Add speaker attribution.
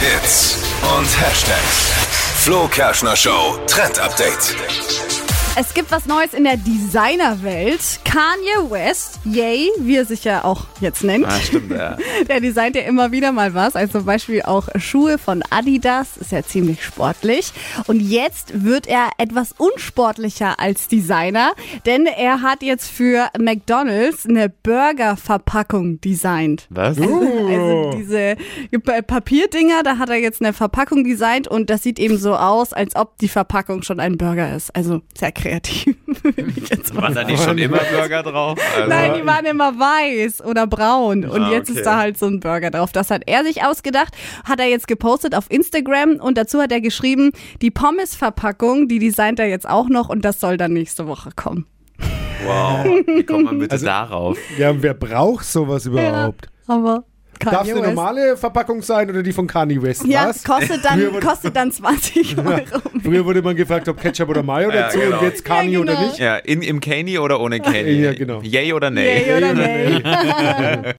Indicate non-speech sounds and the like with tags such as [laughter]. Speaker 1: Hits und Hashtags. Flo Kerschner Show Trend Update.
Speaker 2: Es gibt was Neues in der Designerwelt. Kanye West, yay, wie er sich ja auch jetzt nennt.
Speaker 3: Ah, stimmt, ja.
Speaker 2: [laughs] Der designt ja immer wieder mal was, also zum Beispiel auch Schuhe von Adidas, ist ja ziemlich sportlich. Und jetzt wird er etwas unsportlicher als Designer, denn er hat jetzt für McDonald's eine Burger-Verpackung designt.
Speaker 3: Was?
Speaker 4: Oh.
Speaker 2: Also diese Pa- Papierdinger, da hat er jetzt eine Verpackung designt und das sieht eben so aus, als ob die Verpackung schon ein Burger ist. Also sehr kreativ, [laughs] würde ich jetzt mal
Speaker 3: War da nicht schon immer Burger drauf? Also,
Speaker 2: Nein, die waren immer weiß oder braun.
Speaker 4: Ah,
Speaker 2: Und jetzt ist da halt so ein Burger drauf. Das hat er sich ausgedacht, hat er jetzt gepostet auf Instagram und dazu hat er geschrieben, die Pommes-Verpackung, die designt er jetzt auch noch und das soll dann nächste Woche kommen.
Speaker 3: Wow, wie kommt man bitte darauf?
Speaker 4: Ja, wer braucht sowas überhaupt?
Speaker 2: Aber
Speaker 4: Darf es
Speaker 2: Kanye
Speaker 4: eine
Speaker 2: West.
Speaker 4: normale Verpackung sein oder die von Kanye West?
Speaker 2: Ja,
Speaker 4: Was?
Speaker 2: kostet
Speaker 4: [laughs] Früher
Speaker 2: dann,
Speaker 4: wurde-
Speaker 2: kostet dann
Speaker 4: [laughs]
Speaker 2: 20 Euro.
Speaker 4: Früher wurde man gefragt, ob Ketchup oder Mayo
Speaker 3: Ja,
Speaker 4: dazu
Speaker 3: genau.
Speaker 4: und jetzt Kanye
Speaker 2: Ja,
Speaker 4: oder
Speaker 2: genau.
Speaker 4: nicht.
Speaker 3: Ja, in, im Caney oder ohne Caney?
Speaker 4: Ja, genau.
Speaker 3: Yay oder nay?
Speaker 2: Yay oder nee?